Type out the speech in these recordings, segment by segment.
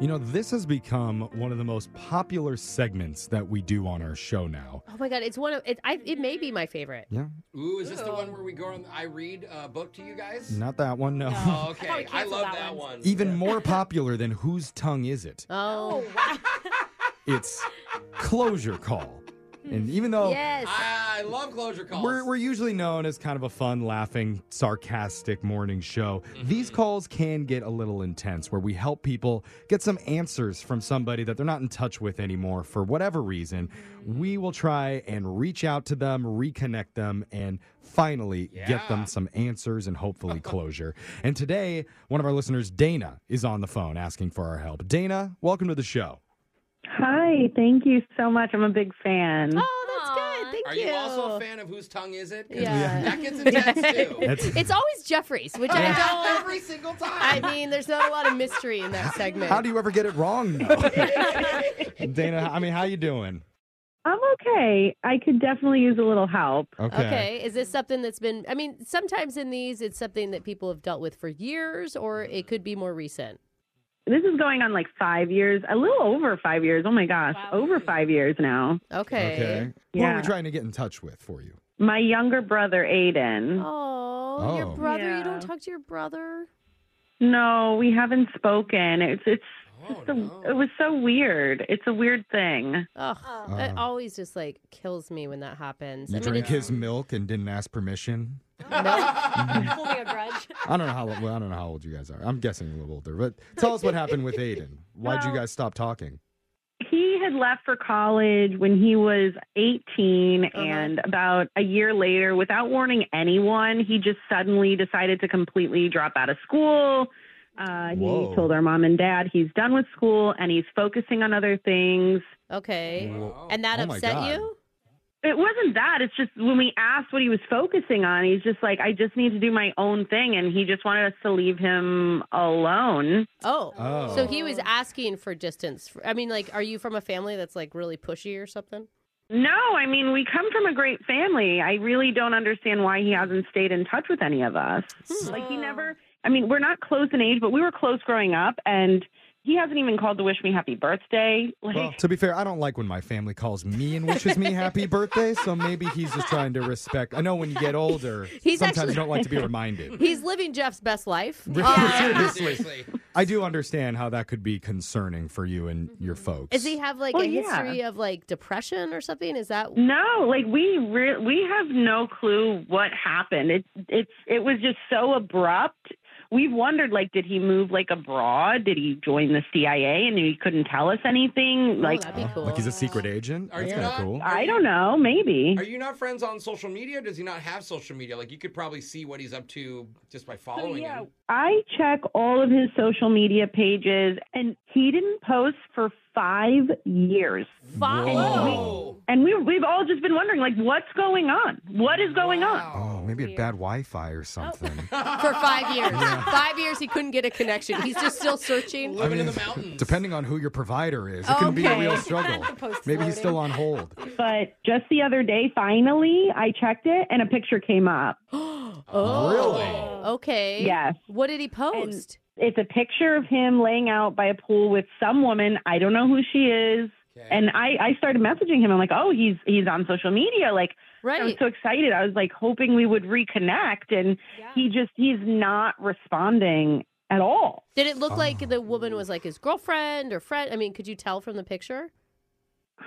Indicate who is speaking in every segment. Speaker 1: You know, this has become one of the most popular segments that we do on our show now.
Speaker 2: Oh my god, it's one of it. I, it may be my favorite.
Speaker 1: Yeah,
Speaker 3: Ooh, is this the one where we go and I read a book to you guys?
Speaker 1: not that one, no.
Speaker 3: Oh,
Speaker 4: I thought we
Speaker 3: okay. I,
Speaker 4: canceled
Speaker 3: love
Speaker 4: that
Speaker 3: that,
Speaker 4: one.
Speaker 3: one.
Speaker 1: Even more popular than Whose Tongue Is It?
Speaker 2: Oh,
Speaker 1: It's Closure Call. And even though
Speaker 2: yes.
Speaker 3: I, I love closure calls.
Speaker 1: We're, we're usually known as kind of a fun, laughing, sarcastic morning show.
Speaker 3: Mm-hmm.
Speaker 1: These calls can get a little intense where we help people get some answers from somebody that they're not in touch with anymore for whatever reason.
Speaker 3: Mm.
Speaker 1: We will try and reach out to them, reconnect them, and finally get them
Speaker 3: Yeah.
Speaker 1: some answers and hopefully closure. and today, one of our listeners, Dana, is on the phone asking for our help. Dana, welcome to the show.
Speaker 5: Hi, thank you so much. I'm a big fan.
Speaker 2: oh, that's good. Thank
Speaker 3: Are
Speaker 2: you.
Speaker 3: you also a fan of whose tongue is it? 'Cause
Speaker 2: Yeah.
Speaker 3: That gets intense too.
Speaker 1: That's-
Speaker 2: It's always Jeffries, which I don't.
Speaker 3: Every single
Speaker 2: I
Speaker 3: time.
Speaker 2: mean, there's not a lot of mystery in that segment.
Speaker 1: How do you ever get it wrong, though? Dana, I mean, how you doing?
Speaker 5: I'm okay. I could definitely use a little help.
Speaker 2: Okay. is this something that's been? I mean, sometimes in these, it's something that people have dealt with for years, or it could be more recent.
Speaker 5: This is going on like five years, a little over five years. Oh my gosh,
Speaker 4: Wow.
Speaker 5: over five years now.
Speaker 2: Okay.
Speaker 1: What are we
Speaker 5: Yeah.
Speaker 1: trying to get in touch with for you?
Speaker 5: My younger brother, Aiden.
Speaker 2: Oh, your
Speaker 1: Oh.
Speaker 2: brother. You
Speaker 5: Yeah.
Speaker 2: don't talk to your brother.
Speaker 5: No, we haven't spoken. It's it's
Speaker 3: Oh,
Speaker 5: so,
Speaker 3: no.
Speaker 5: it was so weird. It's a weird thing.
Speaker 2: Ugh,
Speaker 4: Oh.
Speaker 2: it
Speaker 1: Oh.
Speaker 2: always just like kills me when that happens.
Speaker 1: You
Speaker 2: I mean,
Speaker 1: drink
Speaker 2: it's-
Speaker 1: his milk and didn't ask permission.
Speaker 4: Holding a grudge.
Speaker 1: I don't know how. Well, I don't know how old you guys are. I'm guessing a little older. But tell us what happened with Aiden. Why'd you
Speaker 5: Well-
Speaker 1: guys stop talking?
Speaker 5: He had left for college when he was 18,
Speaker 2: Uh-huh.
Speaker 5: and about a year later, without warning anyone, he just suddenly decided to completely drop out of school. Uh, he
Speaker 1: Whoa.
Speaker 5: told our mom and dad he's done with school and he's focusing on other things.
Speaker 2: okay.
Speaker 3: Wow.
Speaker 2: And that
Speaker 1: Oh my
Speaker 2: upset
Speaker 1: God.
Speaker 2: you?
Speaker 5: It wasn't that. It's just when we asked what he was focusing on, he's just like, I just need to do my own thing. And he just wanted us to leave him alone.
Speaker 2: Oh.
Speaker 1: Oh.
Speaker 2: So he was asking for distance. I mean, like, are you from a family that's like really pushy or something?
Speaker 5: No, I mean, we come from a great family. I really don't understand why he hasn't stayed in touch with any of us. Like, he never, I mean, we're not close in age, but we were close growing up, and he hasn't even called to wish me happy birthday. Like,
Speaker 1: Well, to be fair, I don't like when my family calls me and wishes me happy birthday. So maybe he's just trying to respect. I know when you get older,
Speaker 2: He's
Speaker 1: sometimes
Speaker 2: actually-
Speaker 1: you don't like to be reminded.
Speaker 2: He's living Jeff's best life.
Speaker 1: Really?
Speaker 2: Uh,
Speaker 3: Seriously.
Speaker 1: I do understand how that could be concerning for you and your folks.
Speaker 2: does Mm-hmm. he have like
Speaker 5: Well,
Speaker 2: a
Speaker 5: Oh, yeah.
Speaker 2: history of like depression or something? Is that
Speaker 5: no, like we re- we have no clue what happened. It it's it was just so abrupt. We've wondered like did he move like abroad? Did he join the CIA and he couldn't tell us anything? Like
Speaker 2: that'd be cool.
Speaker 1: Like he's a secret agent?
Speaker 3: Are
Speaker 1: That's
Speaker 3: you
Speaker 1: kind of
Speaker 3: not-
Speaker 1: cool.
Speaker 5: I don't know, maybe.
Speaker 3: Are you not friends on social media? Does he not have social media? Like you could probably see what he's up to just by
Speaker 5: So,
Speaker 3: following
Speaker 5: yeah,
Speaker 3: him.
Speaker 5: I check all of his social media pages, and he didn't post for five years.
Speaker 2: Five.
Speaker 3: Whoa.
Speaker 1: Oh.
Speaker 5: And we, we've all just been wondering, like, what's going on? What is going on?
Speaker 1: Oh, maybe a bad Wi-Fi or something.
Speaker 2: for five years. Five years he couldn't get a connection. He's just still searching.
Speaker 3: Living in the mountains.
Speaker 1: Depending on who your provider is, it can be a
Speaker 2: Okay.
Speaker 1: real struggle.
Speaker 4: Post
Speaker 1: Maybe he's still on hold.
Speaker 5: But just the other day, finally, I checked it, and a picture came up.
Speaker 2: Oh.
Speaker 1: Really?
Speaker 3: Eh?
Speaker 2: Okay.
Speaker 5: Yes.
Speaker 2: What did he post?
Speaker 5: It's a picture of him laying out by a pool with some woman. I don't know who she is.
Speaker 3: Okay.
Speaker 5: And I, I started messaging him. I'm like, oh, he's he's on social media. Like, I was
Speaker 2: right.
Speaker 5: so excited. I was like hoping we would reconnect, and
Speaker 4: Yeah.
Speaker 5: he just he's not responding at all.
Speaker 2: did it look like the woman was like his girlfriend or friend? I mean, could you tell from the picture?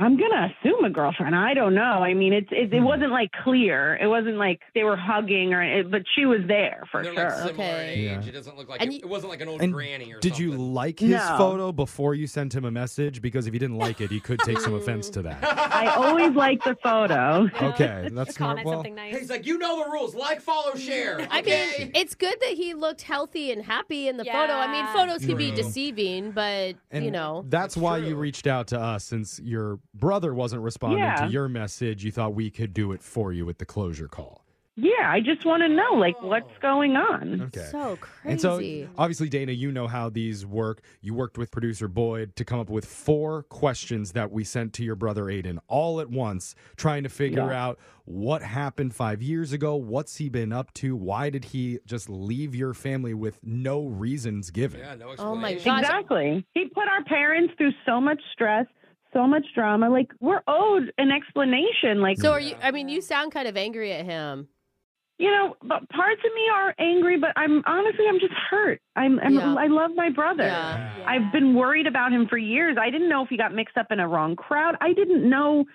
Speaker 5: I'm gonna assume a girlfriend. I don't know. I mean, it's it, it
Speaker 3: Hmm.
Speaker 5: wasn't like clear. It wasn't like they were hugging or, it, but she was there for
Speaker 3: They're like
Speaker 5: sure.
Speaker 3: similar
Speaker 2: Okay.
Speaker 3: in age.
Speaker 1: Yeah.
Speaker 3: It doesn't look like
Speaker 2: And
Speaker 3: it,
Speaker 2: you-
Speaker 3: it wasn't like an old
Speaker 1: And
Speaker 3: granny or
Speaker 1: Did
Speaker 3: something.
Speaker 1: you like his
Speaker 5: No.
Speaker 1: photo before you sent him a message? Because if you didn't like it, he could take some offense to that.
Speaker 5: I always like the photo.
Speaker 1: Okay, that's smart.
Speaker 4: Comment
Speaker 1: Well,
Speaker 4: something nice.
Speaker 3: He's like, you know the rules. Like, follow, share.
Speaker 2: I
Speaker 3: okay?
Speaker 2: mean, it's good that he looked healthy and happy in the photo. I mean,
Speaker 4: Yeah.
Speaker 2: photos can be
Speaker 3: True.
Speaker 2: deceiving, but
Speaker 1: and
Speaker 2: you know,
Speaker 1: that's
Speaker 3: It's
Speaker 1: why you
Speaker 3: true.
Speaker 1: reached out to us since your brother wasn't responding to
Speaker 5: Yeah.
Speaker 1: your message. You thought we could do it for you with the closure call.
Speaker 5: yeah, I just want to know like
Speaker 3: Oh.
Speaker 5: what's going on.
Speaker 1: Okay.
Speaker 2: So
Speaker 1: And so,
Speaker 2: crazy.
Speaker 1: obviously, Dana, you know how these work. You worked with producer Boyd to come up with four questions that we sent to your brother Aiden all at once, trying to figure out what happened five years ago, what's he been up to, why did he just leave your family with no reasons given?
Speaker 3: Yeah, no
Speaker 2: Oh
Speaker 3: explanation.
Speaker 2: my God.
Speaker 5: Exactly. He put our parents through so much stress, so much drama. Like we're owed an explanation. Like
Speaker 2: So are you? I mean, you sound kind of angry at him.
Speaker 5: you know, but parts of me are angry, but I'm honestly I'm just hurt. I'm, I'm
Speaker 2: Yeah.
Speaker 5: I love my brother.
Speaker 2: Yeah.
Speaker 5: I've been worried about him for years. I didn't know if he got mixed up in a wrong crowd. I didn't know.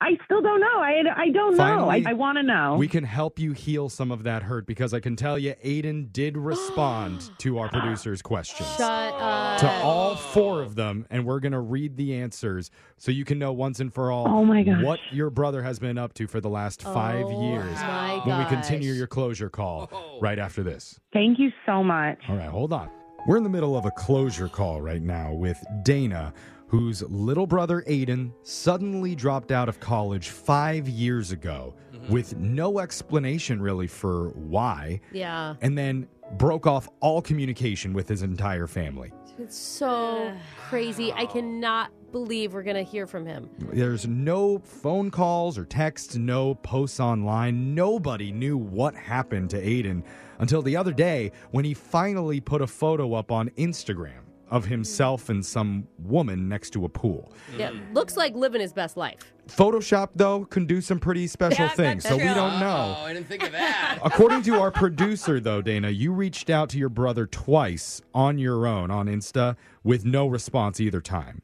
Speaker 5: I still don't know. I, I don't
Speaker 1: Finally,
Speaker 5: know. I, I want to know.
Speaker 1: We can help you heal some of that hurt because I can tell you, Aiden did respond to our producer's questions.
Speaker 2: Shut up.
Speaker 1: to all four of them, and we're going to read the answers so you can know once and for all
Speaker 5: Oh my gosh.
Speaker 1: what your brother has been up to for the last five
Speaker 2: Oh
Speaker 1: years.
Speaker 2: my
Speaker 1: When we
Speaker 2: gosh. Oh.
Speaker 1: continue your closure call right after this.
Speaker 5: Thank you so much.
Speaker 1: All right, hold on. We're in the middle of a closure call right now with Dana, whose little brother Aiden suddenly dropped out of college five years ago
Speaker 2: Mm-hmm.
Speaker 1: with no explanation really for why,
Speaker 2: Yeah.
Speaker 1: and then broke off all communication with his entire family.
Speaker 2: It's so crazy. I cannot believe we're gonna hear from him.
Speaker 1: There's no phone calls or texts, no posts online. Nobody knew what happened to Aiden until the other day when he finally put a photo up on Instagram of himself and some woman next to a pool.
Speaker 2: Yeah.
Speaker 1: Mm.
Speaker 2: Looks like living his best life.
Speaker 1: Photoshop, though, can do some pretty special
Speaker 4: Yeah,
Speaker 1: things, so
Speaker 4: that's
Speaker 1: we
Speaker 4: true.
Speaker 1: don't know.
Speaker 3: Oh, I didn't think of that.
Speaker 1: According to our producer, though, Dana, you reached out to your brother twice on your own on Insta with no response either time.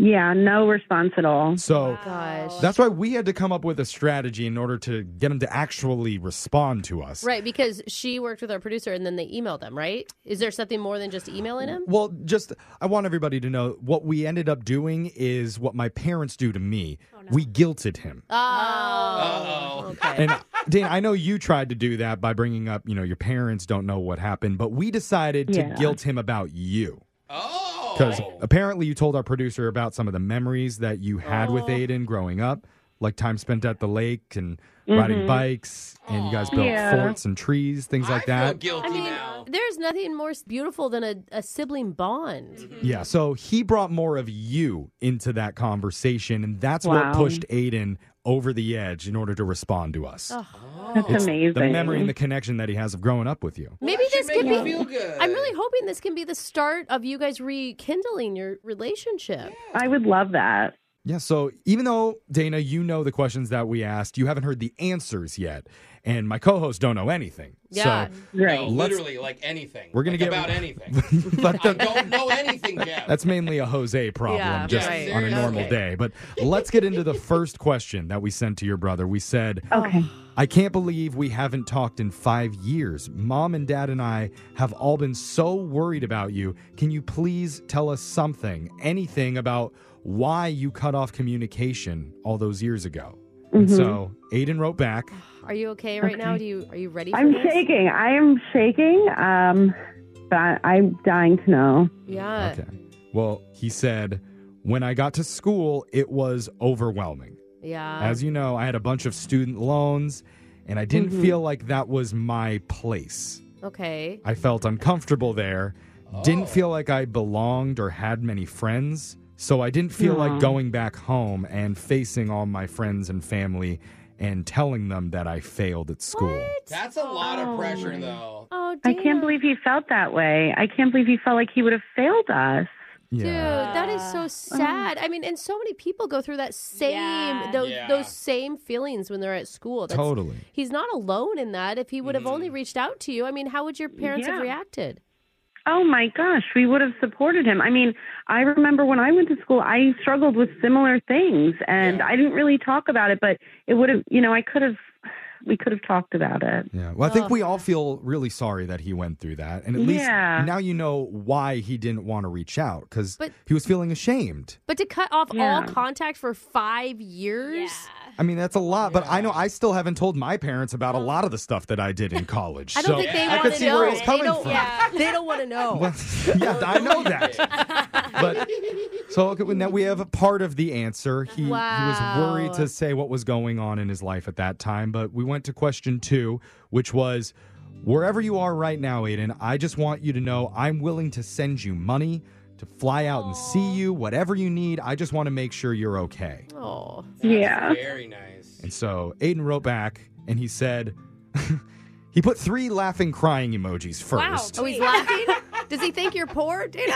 Speaker 5: Yeah, no response at all.
Speaker 1: So.
Speaker 2: Gosh.
Speaker 1: That's why we had to come up with a strategy in order to get him to actually respond to us.
Speaker 2: Right, because she worked with our producer and then they emailed him, right? Is there something more than just emailing him?
Speaker 1: Well, just I want everybody to know what we ended up doing is what my parents do to me. We guilted him.
Speaker 2: Oh. Okay.
Speaker 1: And Dan, I know you tried to do that by bringing up, you know, your parents don't know what happened, but we decided to
Speaker 5: Yeah.
Speaker 1: guilt him about you.
Speaker 3: Oh.
Speaker 1: Because apparently you told our producer about some of the memories that you had with Aiden growing up, like time spent at the lake and riding bikes, and you guys built
Speaker 5: Mm-hmm. Yeah.
Speaker 1: forts and trees, things like
Speaker 3: I
Speaker 1: that.
Speaker 3: Feel guilty
Speaker 2: I mean,
Speaker 3: now.
Speaker 2: there's nothing more beautiful than a, a sibling bond.
Speaker 3: Mm-hmm.
Speaker 1: Yeah, so he brought more of you into that conversation, and that's
Speaker 5: Wow.
Speaker 1: what pushed Aiden over the edge in order to respond to us.
Speaker 2: Oh,
Speaker 3: Oh.
Speaker 5: That's amazing.
Speaker 1: The memory and the connection that he has of growing up with you.
Speaker 2: Maybe this could
Speaker 3: Make me
Speaker 2: be.
Speaker 3: feel good.
Speaker 2: I'm really hoping this can be the start of you guys rekindling your relationship.
Speaker 5: I would love that.
Speaker 1: Yeah, so even though, Dana, you know the questions that we asked, you haven't heard the answers yet, and my co hosts don't know anything.
Speaker 2: Yeah.
Speaker 5: Great.
Speaker 3: No,
Speaker 1: Let's-
Speaker 3: literally like anything.
Speaker 1: We're gonna
Speaker 3: Like,
Speaker 1: get-
Speaker 3: about anything.
Speaker 1: So let
Speaker 3: I
Speaker 1: the-
Speaker 3: don't know anything, Jeff.
Speaker 1: that's mainly a Jose problem
Speaker 2: Yeah,
Speaker 1: just
Speaker 2: right.
Speaker 1: on a normal
Speaker 3: Okay.
Speaker 1: day. But let's get into the first question that we sent to your brother. We said,
Speaker 5: Okay.
Speaker 1: I can't believe we haven't talked in five years. Mom and dad and I have all been so worried about you. Can you please tell us something, anything about why you cut off communication all those years ago?
Speaker 2: Oh.
Speaker 5: Mm-hmm.
Speaker 1: And so Aiden wrote back.
Speaker 2: Are you okay right now? Do you are you ready? For
Speaker 5: I'm
Speaker 2: this?
Speaker 5: shaking. I am shaking. Um, but I'm dying to know.
Speaker 2: Yeah.
Speaker 1: Okay. Well, he said, when I got to school, it was overwhelming.
Speaker 2: Yeah.
Speaker 1: As you know, I had a bunch of student loans, and I didn't feel like that was my place.
Speaker 2: okay.
Speaker 1: I felt uncomfortable there.
Speaker 2: Oh.
Speaker 3: Oh.
Speaker 1: Didn't feel like I belonged or had many friends. So I didn't feel like going back home and facing all my friends and family and telling them that I failed at school.
Speaker 3: That's a lot of pressure, though.
Speaker 2: Oh,
Speaker 5: I
Speaker 2: Dana.
Speaker 5: can't believe he felt that way. I can't believe he felt like he would have failed us.
Speaker 1: Yeah.
Speaker 2: Dude, that is so sad. I mean, and so many people go through that same
Speaker 4: Yeah.
Speaker 2: those
Speaker 3: Yeah.
Speaker 2: those same feelings when they're at school. That's,
Speaker 1: Totally. Mm-hmm.
Speaker 2: He's not alone in that. If he would have only reached out to you, I mean, how would your parents have
Speaker 5: Yeah.
Speaker 2: reacted?
Speaker 5: Oh my gosh, we would have supported him. I mean, I remember when I went to school, I struggled with similar things and I didn't really talk about it, but it would have, you know, I could have, we could have talked about it.
Speaker 1: Yeah. Well, I think we all feel really sorry that he went through that. And at least
Speaker 5: Yeah.
Speaker 1: now you know why he didn't want to reach out because
Speaker 2: But-
Speaker 1: he was feeling ashamed.
Speaker 2: But to cut off all
Speaker 5: Yeah.
Speaker 2: contact for five years.
Speaker 1: I mean, that's a lot, but I know I still haven't told my parents about a lot of the stuff that I did in college.
Speaker 2: I don't
Speaker 1: so
Speaker 2: think they
Speaker 1: I
Speaker 2: want
Speaker 1: could
Speaker 2: to
Speaker 1: see
Speaker 2: know.
Speaker 1: where he's
Speaker 2: They
Speaker 1: coming
Speaker 2: don't-
Speaker 1: from.
Speaker 2: yeah, they don't want to know.
Speaker 1: Well, yeah, I know that. But So okay, well, now we have a part of the answer. He, he was worried
Speaker 2: Wow.
Speaker 1: to say what was going on in his life at that time, but we went to question two, which was wherever you are right now, Aiden, I just want you to know I'm willing to send you money to fly out and see you, whatever you need. I just want to make sure you're okay.
Speaker 2: Oh,
Speaker 5: Yeah.
Speaker 3: Very nice.
Speaker 1: And so Aiden wrote back and he said, he put three laughing, crying emojis first.
Speaker 2: oh, he's laughing. Does he think you're poor, Dana?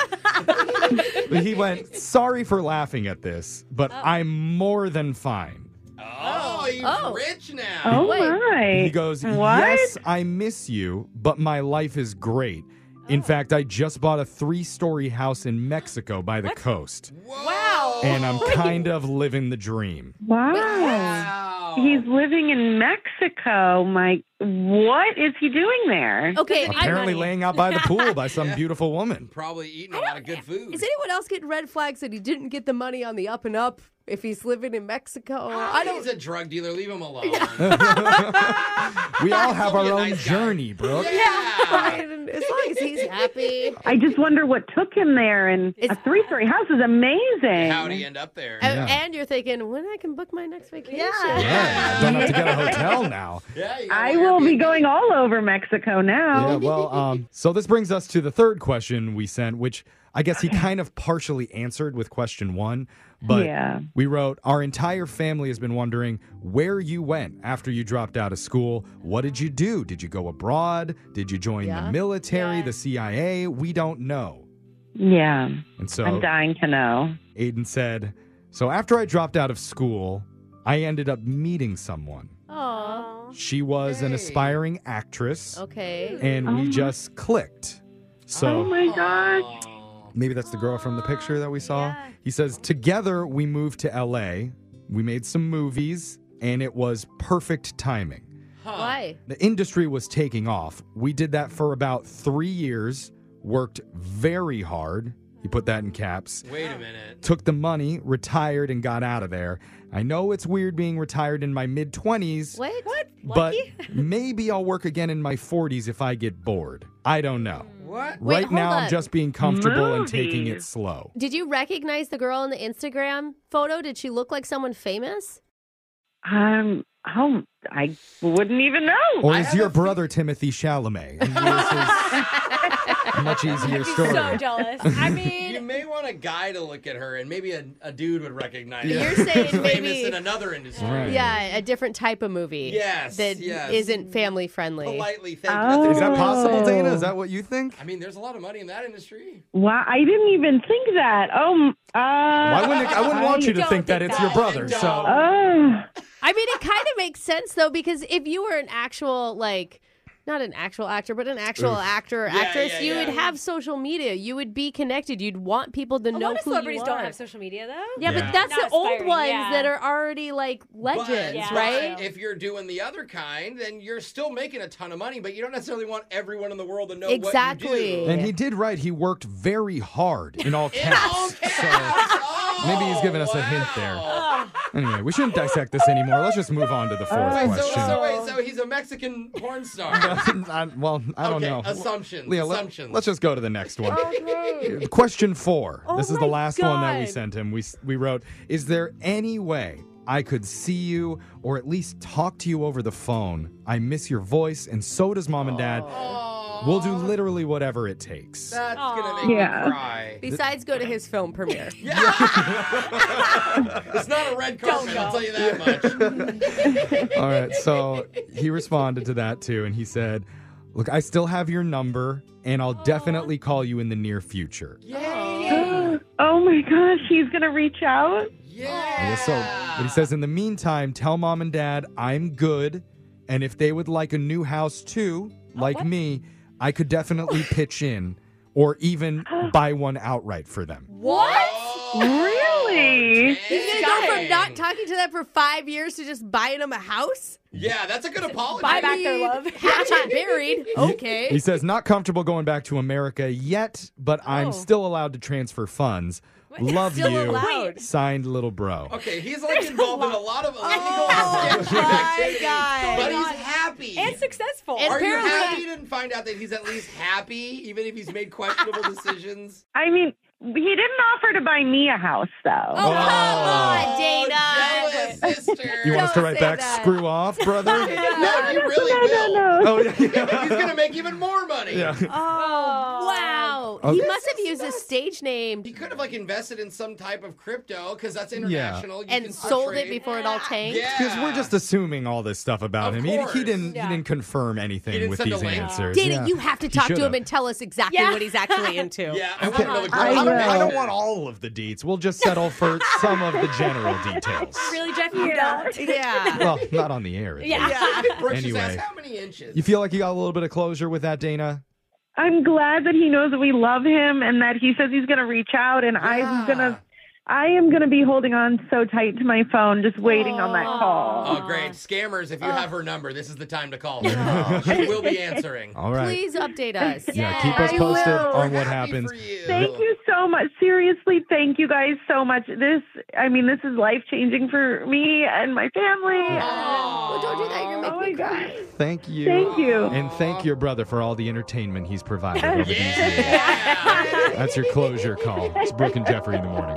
Speaker 1: But he went, sorry for laughing at this, but I'm more than fine.
Speaker 3: Oh, he's
Speaker 2: Oh.
Speaker 3: rich now.
Speaker 5: Oh
Speaker 2: Wait.
Speaker 5: my.
Speaker 1: He goes,
Speaker 5: What?
Speaker 1: Yes, I miss you, but my life is great. In
Speaker 3: Oh.
Speaker 1: fact, I just bought a three story house in Mexico by the coast,
Speaker 3: Wow.
Speaker 1: and I'm kind of living the dream.
Speaker 5: Wow.
Speaker 3: Wow.
Speaker 5: He's living in Mexico. My, what is he doing there?
Speaker 2: Okay, I-
Speaker 1: Apparently, laying out by the pool by some beautiful woman.
Speaker 3: probably eating a lot of good food.
Speaker 2: Is anyone else getting red flags that he didn't get the money on the up and up if he's living in Mexico? I don't.
Speaker 3: He's a drug dealer. Leave him alone.
Speaker 1: We all have
Speaker 3: He'll
Speaker 1: our
Speaker 3: be a
Speaker 1: own
Speaker 3: nice guy.
Speaker 1: journey, Brooke.
Speaker 3: yeah.
Speaker 2: as long as he's happy.
Speaker 5: I just wonder what took him there. And a
Speaker 2: It's-
Speaker 5: three story house is amazing.
Speaker 3: How'd he end up there?
Speaker 2: And,
Speaker 1: Yeah.
Speaker 2: Oh, and you're thinking, when I can book my next vacation?
Speaker 1: Yeah, don't have to get a hotel now.
Speaker 3: Yeah, you got
Speaker 5: I
Speaker 3: an
Speaker 5: will be
Speaker 3: Airbnb.
Speaker 5: going all over Mexico
Speaker 1: Yeah,
Speaker 5: now.
Speaker 1: well, um, so this brings us to the third question we sent, which I guess he kind of partially answered with question one, but
Speaker 5: Yeah.
Speaker 1: we wrote, Our entire family has been wondering where you went after you dropped out of school. What did you do? Did you go abroad? Did you join
Speaker 2: Yeah.
Speaker 1: the military,
Speaker 4: Yeah.
Speaker 1: the CIA? We don't know.
Speaker 5: Yeah.
Speaker 1: And so
Speaker 5: I'm dying to know.
Speaker 1: Aiden said, So after I dropped out of school, I ended up meeting someone.
Speaker 2: Aw.
Speaker 1: She was an
Speaker 3: Hey.
Speaker 1: aspiring actress,
Speaker 2: Okay.
Speaker 1: and
Speaker 5: Oh
Speaker 1: we
Speaker 5: my-
Speaker 1: just clicked. So.
Speaker 5: oh my gosh.
Speaker 3: Aw.
Speaker 1: Maybe that's the girl from the picture that we saw.
Speaker 4: Yeah.
Speaker 1: He says, Together we moved to LA. We made some movies, and it was perfect timing.
Speaker 3: Huh.
Speaker 2: Why?
Speaker 1: The industry was taking off. We did that for about three years, worked very hard. He put that in caps.
Speaker 3: Wait a minute.
Speaker 1: Took the money, retired, and got out of there. I know it's weird being retired in my mid 20s,
Speaker 2: What? What?
Speaker 1: but maybe I'll work again in my 40s if I get bored. I don't know.
Speaker 3: What?
Speaker 2: Wait,
Speaker 1: right now,
Speaker 2: hold
Speaker 1: I'm
Speaker 2: on.
Speaker 1: just being comfortable and taking it
Speaker 5: Movies.
Speaker 1: slow.
Speaker 2: Did you recognize the girl in the Instagram photo? Did she look like someone famous?
Speaker 5: Um, oh, I wouldn't even know.
Speaker 1: Or
Speaker 3: I
Speaker 1: is
Speaker 3: have
Speaker 1: your
Speaker 3: a fe-
Speaker 1: brother Timothy Chalamet? And this is a much easier
Speaker 4: He's
Speaker 1: story.
Speaker 4: so jealous. I
Speaker 3: You
Speaker 4: mean,
Speaker 3: may want a guy to look at her, and maybe a, a dude would recognize
Speaker 1: Yeah.
Speaker 3: her.
Speaker 1: You're
Speaker 2: saying
Speaker 3: She's
Speaker 2: maybe-
Speaker 3: famous in another industry.
Speaker 1: Right.
Speaker 2: Yeah, a different type of movie.
Speaker 3: Yes,
Speaker 2: That
Speaker 3: yes.
Speaker 2: not family friendly.
Speaker 3: Politely thank
Speaker 5: Oh.
Speaker 3: nothing.
Speaker 1: Is that possible,
Speaker 5: Oh.
Speaker 1: Dana? Is that what you think?
Speaker 3: I mean, there's a lot of money in that industry.
Speaker 5: Wow, I didn't even think that. Oh, m- uh,
Speaker 1: Why wouldn't I wouldn't want you to
Speaker 4: don't
Speaker 1: think that
Speaker 4: think
Speaker 1: it's your
Speaker 4: that.
Speaker 1: brother. So
Speaker 3: Don't.
Speaker 5: Oh,
Speaker 2: I mean, it kind of makes sense though, because if you were an actual like. Not an actual actor, but an actual
Speaker 1: Oof.
Speaker 2: actor or
Speaker 3: Yeah,
Speaker 2: actress.
Speaker 3: yeah,
Speaker 2: you
Speaker 3: yeah.
Speaker 2: would have social media. You would be connected. You'd want people to
Speaker 4: a
Speaker 2: know
Speaker 4: lot of
Speaker 2: who
Speaker 4: celebrities
Speaker 2: you
Speaker 4: don't
Speaker 2: are.
Speaker 4: have social media though.
Speaker 2: yeah,
Speaker 1: Yeah.
Speaker 2: but that's
Speaker 4: Not
Speaker 2: the old
Speaker 4: aspiring,
Speaker 2: ones
Speaker 4: yeah.
Speaker 2: that are already like legends,
Speaker 3: But,
Speaker 4: Yeah.
Speaker 2: right?
Speaker 3: but if you're doing the other kind, then you're still making a ton of money, but you don't necessarily want everyone in the world to know what you
Speaker 2: Exactly.
Speaker 3: do.
Speaker 1: and he did right. He worked very hard in all
Speaker 3: In all
Speaker 1: caps.
Speaker 3: caps.
Speaker 1: So
Speaker 3: Oh,
Speaker 1: maybe he's giving us a hint there.
Speaker 3: wow.
Speaker 1: anyway, we shouldn't dissect this anymore. Let's just move on to the fourth
Speaker 5: Wait,
Speaker 3: So, so,
Speaker 1: question.
Speaker 3: wait, so he's a Mexican porn star.
Speaker 1: I- well, I don't
Speaker 3: okay,
Speaker 1: know.
Speaker 3: Assumptions.
Speaker 1: Leah, let,
Speaker 3: assumptions.
Speaker 1: us just go to the next one. Question four. this is the
Speaker 2: Oh my
Speaker 1: last one that we
Speaker 2: God.
Speaker 1: sent him. We s- we wrote, "Is there any way I could see you or at least talk to you over the phone? I miss your voice, and so does mom and dad.
Speaker 3: Aw,
Speaker 1: We'll do literally whatever it takes."
Speaker 3: That's gonna
Speaker 4: Aw.
Speaker 3: make
Speaker 5: Yeah.
Speaker 3: me cry.
Speaker 2: Besides, go to his film premiere.
Speaker 3: It's not a red carpet. I'll tell you that much.
Speaker 1: All right, so he responded to that too, and he said, "Look, I still have your number, and I'll definitely call you in the near future."
Speaker 5: oh my gosh, he's gonna reach out.
Speaker 3: Yeah.
Speaker 1: I guess so. But he says, in the meantime, tell mom and dad I'm good. And if they would like a new house too, like me, I could definitely pitch in or even buy one outright for them.
Speaker 2: what?
Speaker 3: Oh,
Speaker 5: Really?
Speaker 2: He's gonna go from not talking to them for five years to just buying them a house?
Speaker 3: Yeah, that's a good apology.
Speaker 4: Buy back their love.
Speaker 2: Hatchet buried. Okay.
Speaker 1: He says, not comfortable going back to America yet, but I'm still allowed to transfer funds. Love
Speaker 2: Oh. Still
Speaker 1: you.
Speaker 2: allowed.
Speaker 1: Signed little bro.
Speaker 3: Okay, he's like involved in a lot of illegal
Speaker 2: Oh,
Speaker 3: sketchy
Speaker 2: my
Speaker 3: activities,
Speaker 2: God.
Speaker 3: but he's happy.
Speaker 4: And successful.
Speaker 2: And
Speaker 3: Are you
Speaker 2: Apparently-
Speaker 3: happy you didn't find out that he's at least happy, even if he's made questionable decisions?
Speaker 5: I mean, He didn't offer to buy me a house, though.
Speaker 2: Oh, come
Speaker 1: Oh.
Speaker 2: on, Dana.
Speaker 3: jealous sister.
Speaker 1: You want us to
Speaker 2: Don't
Speaker 1: write
Speaker 2: say
Speaker 1: back,
Speaker 2: that.
Speaker 1: screw off, brother?
Speaker 3: no, you really will.
Speaker 1: oh, yeah.
Speaker 3: He's
Speaker 1: yeah.
Speaker 3: gonna make even more money.
Speaker 1: Yeah.
Speaker 4: Oh,
Speaker 2: Wow.
Speaker 1: Oh,
Speaker 2: He
Speaker 1: this
Speaker 2: must have used a stage
Speaker 3: He
Speaker 2: name
Speaker 3: could have like invested in some type of crypto because that's international. You can
Speaker 2: and
Speaker 3: still
Speaker 2: sold it
Speaker 3: trade.
Speaker 2: before it all tanked.
Speaker 3: Yeah,
Speaker 1: Because we're just assuming all this stuff about
Speaker 3: Of
Speaker 1: him. He, he
Speaker 3: course.
Speaker 1: didn't.
Speaker 4: Yeah.
Speaker 1: He didn't confirm anything
Speaker 3: didn't
Speaker 1: with
Speaker 3: send a
Speaker 1: these
Speaker 3: link.
Speaker 1: answers.
Speaker 2: Dana,
Speaker 1: Yeah.
Speaker 2: you have to talk to
Speaker 1: should've.
Speaker 2: him and tell us exactly
Speaker 4: Yeah.
Speaker 2: what he's actually into.
Speaker 3: Yeah, I want to know the
Speaker 5: I
Speaker 1: I,
Speaker 3: gross
Speaker 1: don't, I don't
Speaker 3: nature.
Speaker 1: want all of the deets. We'll just settle for some of the general details.
Speaker 4: Really, Jeff? You don't?
Speaker 2: Yeah.
Speaker 1: Well, not on the air. at
Speaker 4: Yeah.
Speaker 1: least.
Speaker 3: Brooks just
Speaker 1: Anyway.
Speaker 3: asked how many inches.
Speaker 1: You feel like you got a little bit of closure with that, Dana?
Speaker 5: I'm glad that he knows that we love him and that he says he's going to reach out, and
Speaker 3: Yeah.
Speaker 5: I'm gonna, I am gonna be holding on so tight to my phone, just waiting on that call.
Speaker 3: Oh, great. Scammers, if you
Speaker 2: Oh.
Speaker 3: have her number, this is the time to call her. she will be answering.
Speaker 1: All right.
Speaker 2: Please update us.
Speaker 1: Yeah, keep us
Speaker 5: I
Speaker 1: posted
Speaker 5: will.
Speaker 1: on what
Speaker 3: Happy
Speaker 1: happens.
Speaker 3: For you.
Speaker 5: Thank you so much. Seriously, thank you guys so much. This, I mean, this is life changing for me and my family.
Speaker 2: Well, don't do that. You're making
Speaker 5: Oh my
Speaker 2: me
Speaker 5: God.
Speaker 2: cry.
Speaker 1: Thank you.
Speaker 5: Thank you.
Speaker 1: And thank your brother for all the entertainment he's provided over these years.
Speaker 3: Yeah.
Speaker 1: That's your closure call. It's Brooke and Jeffrey in the morning.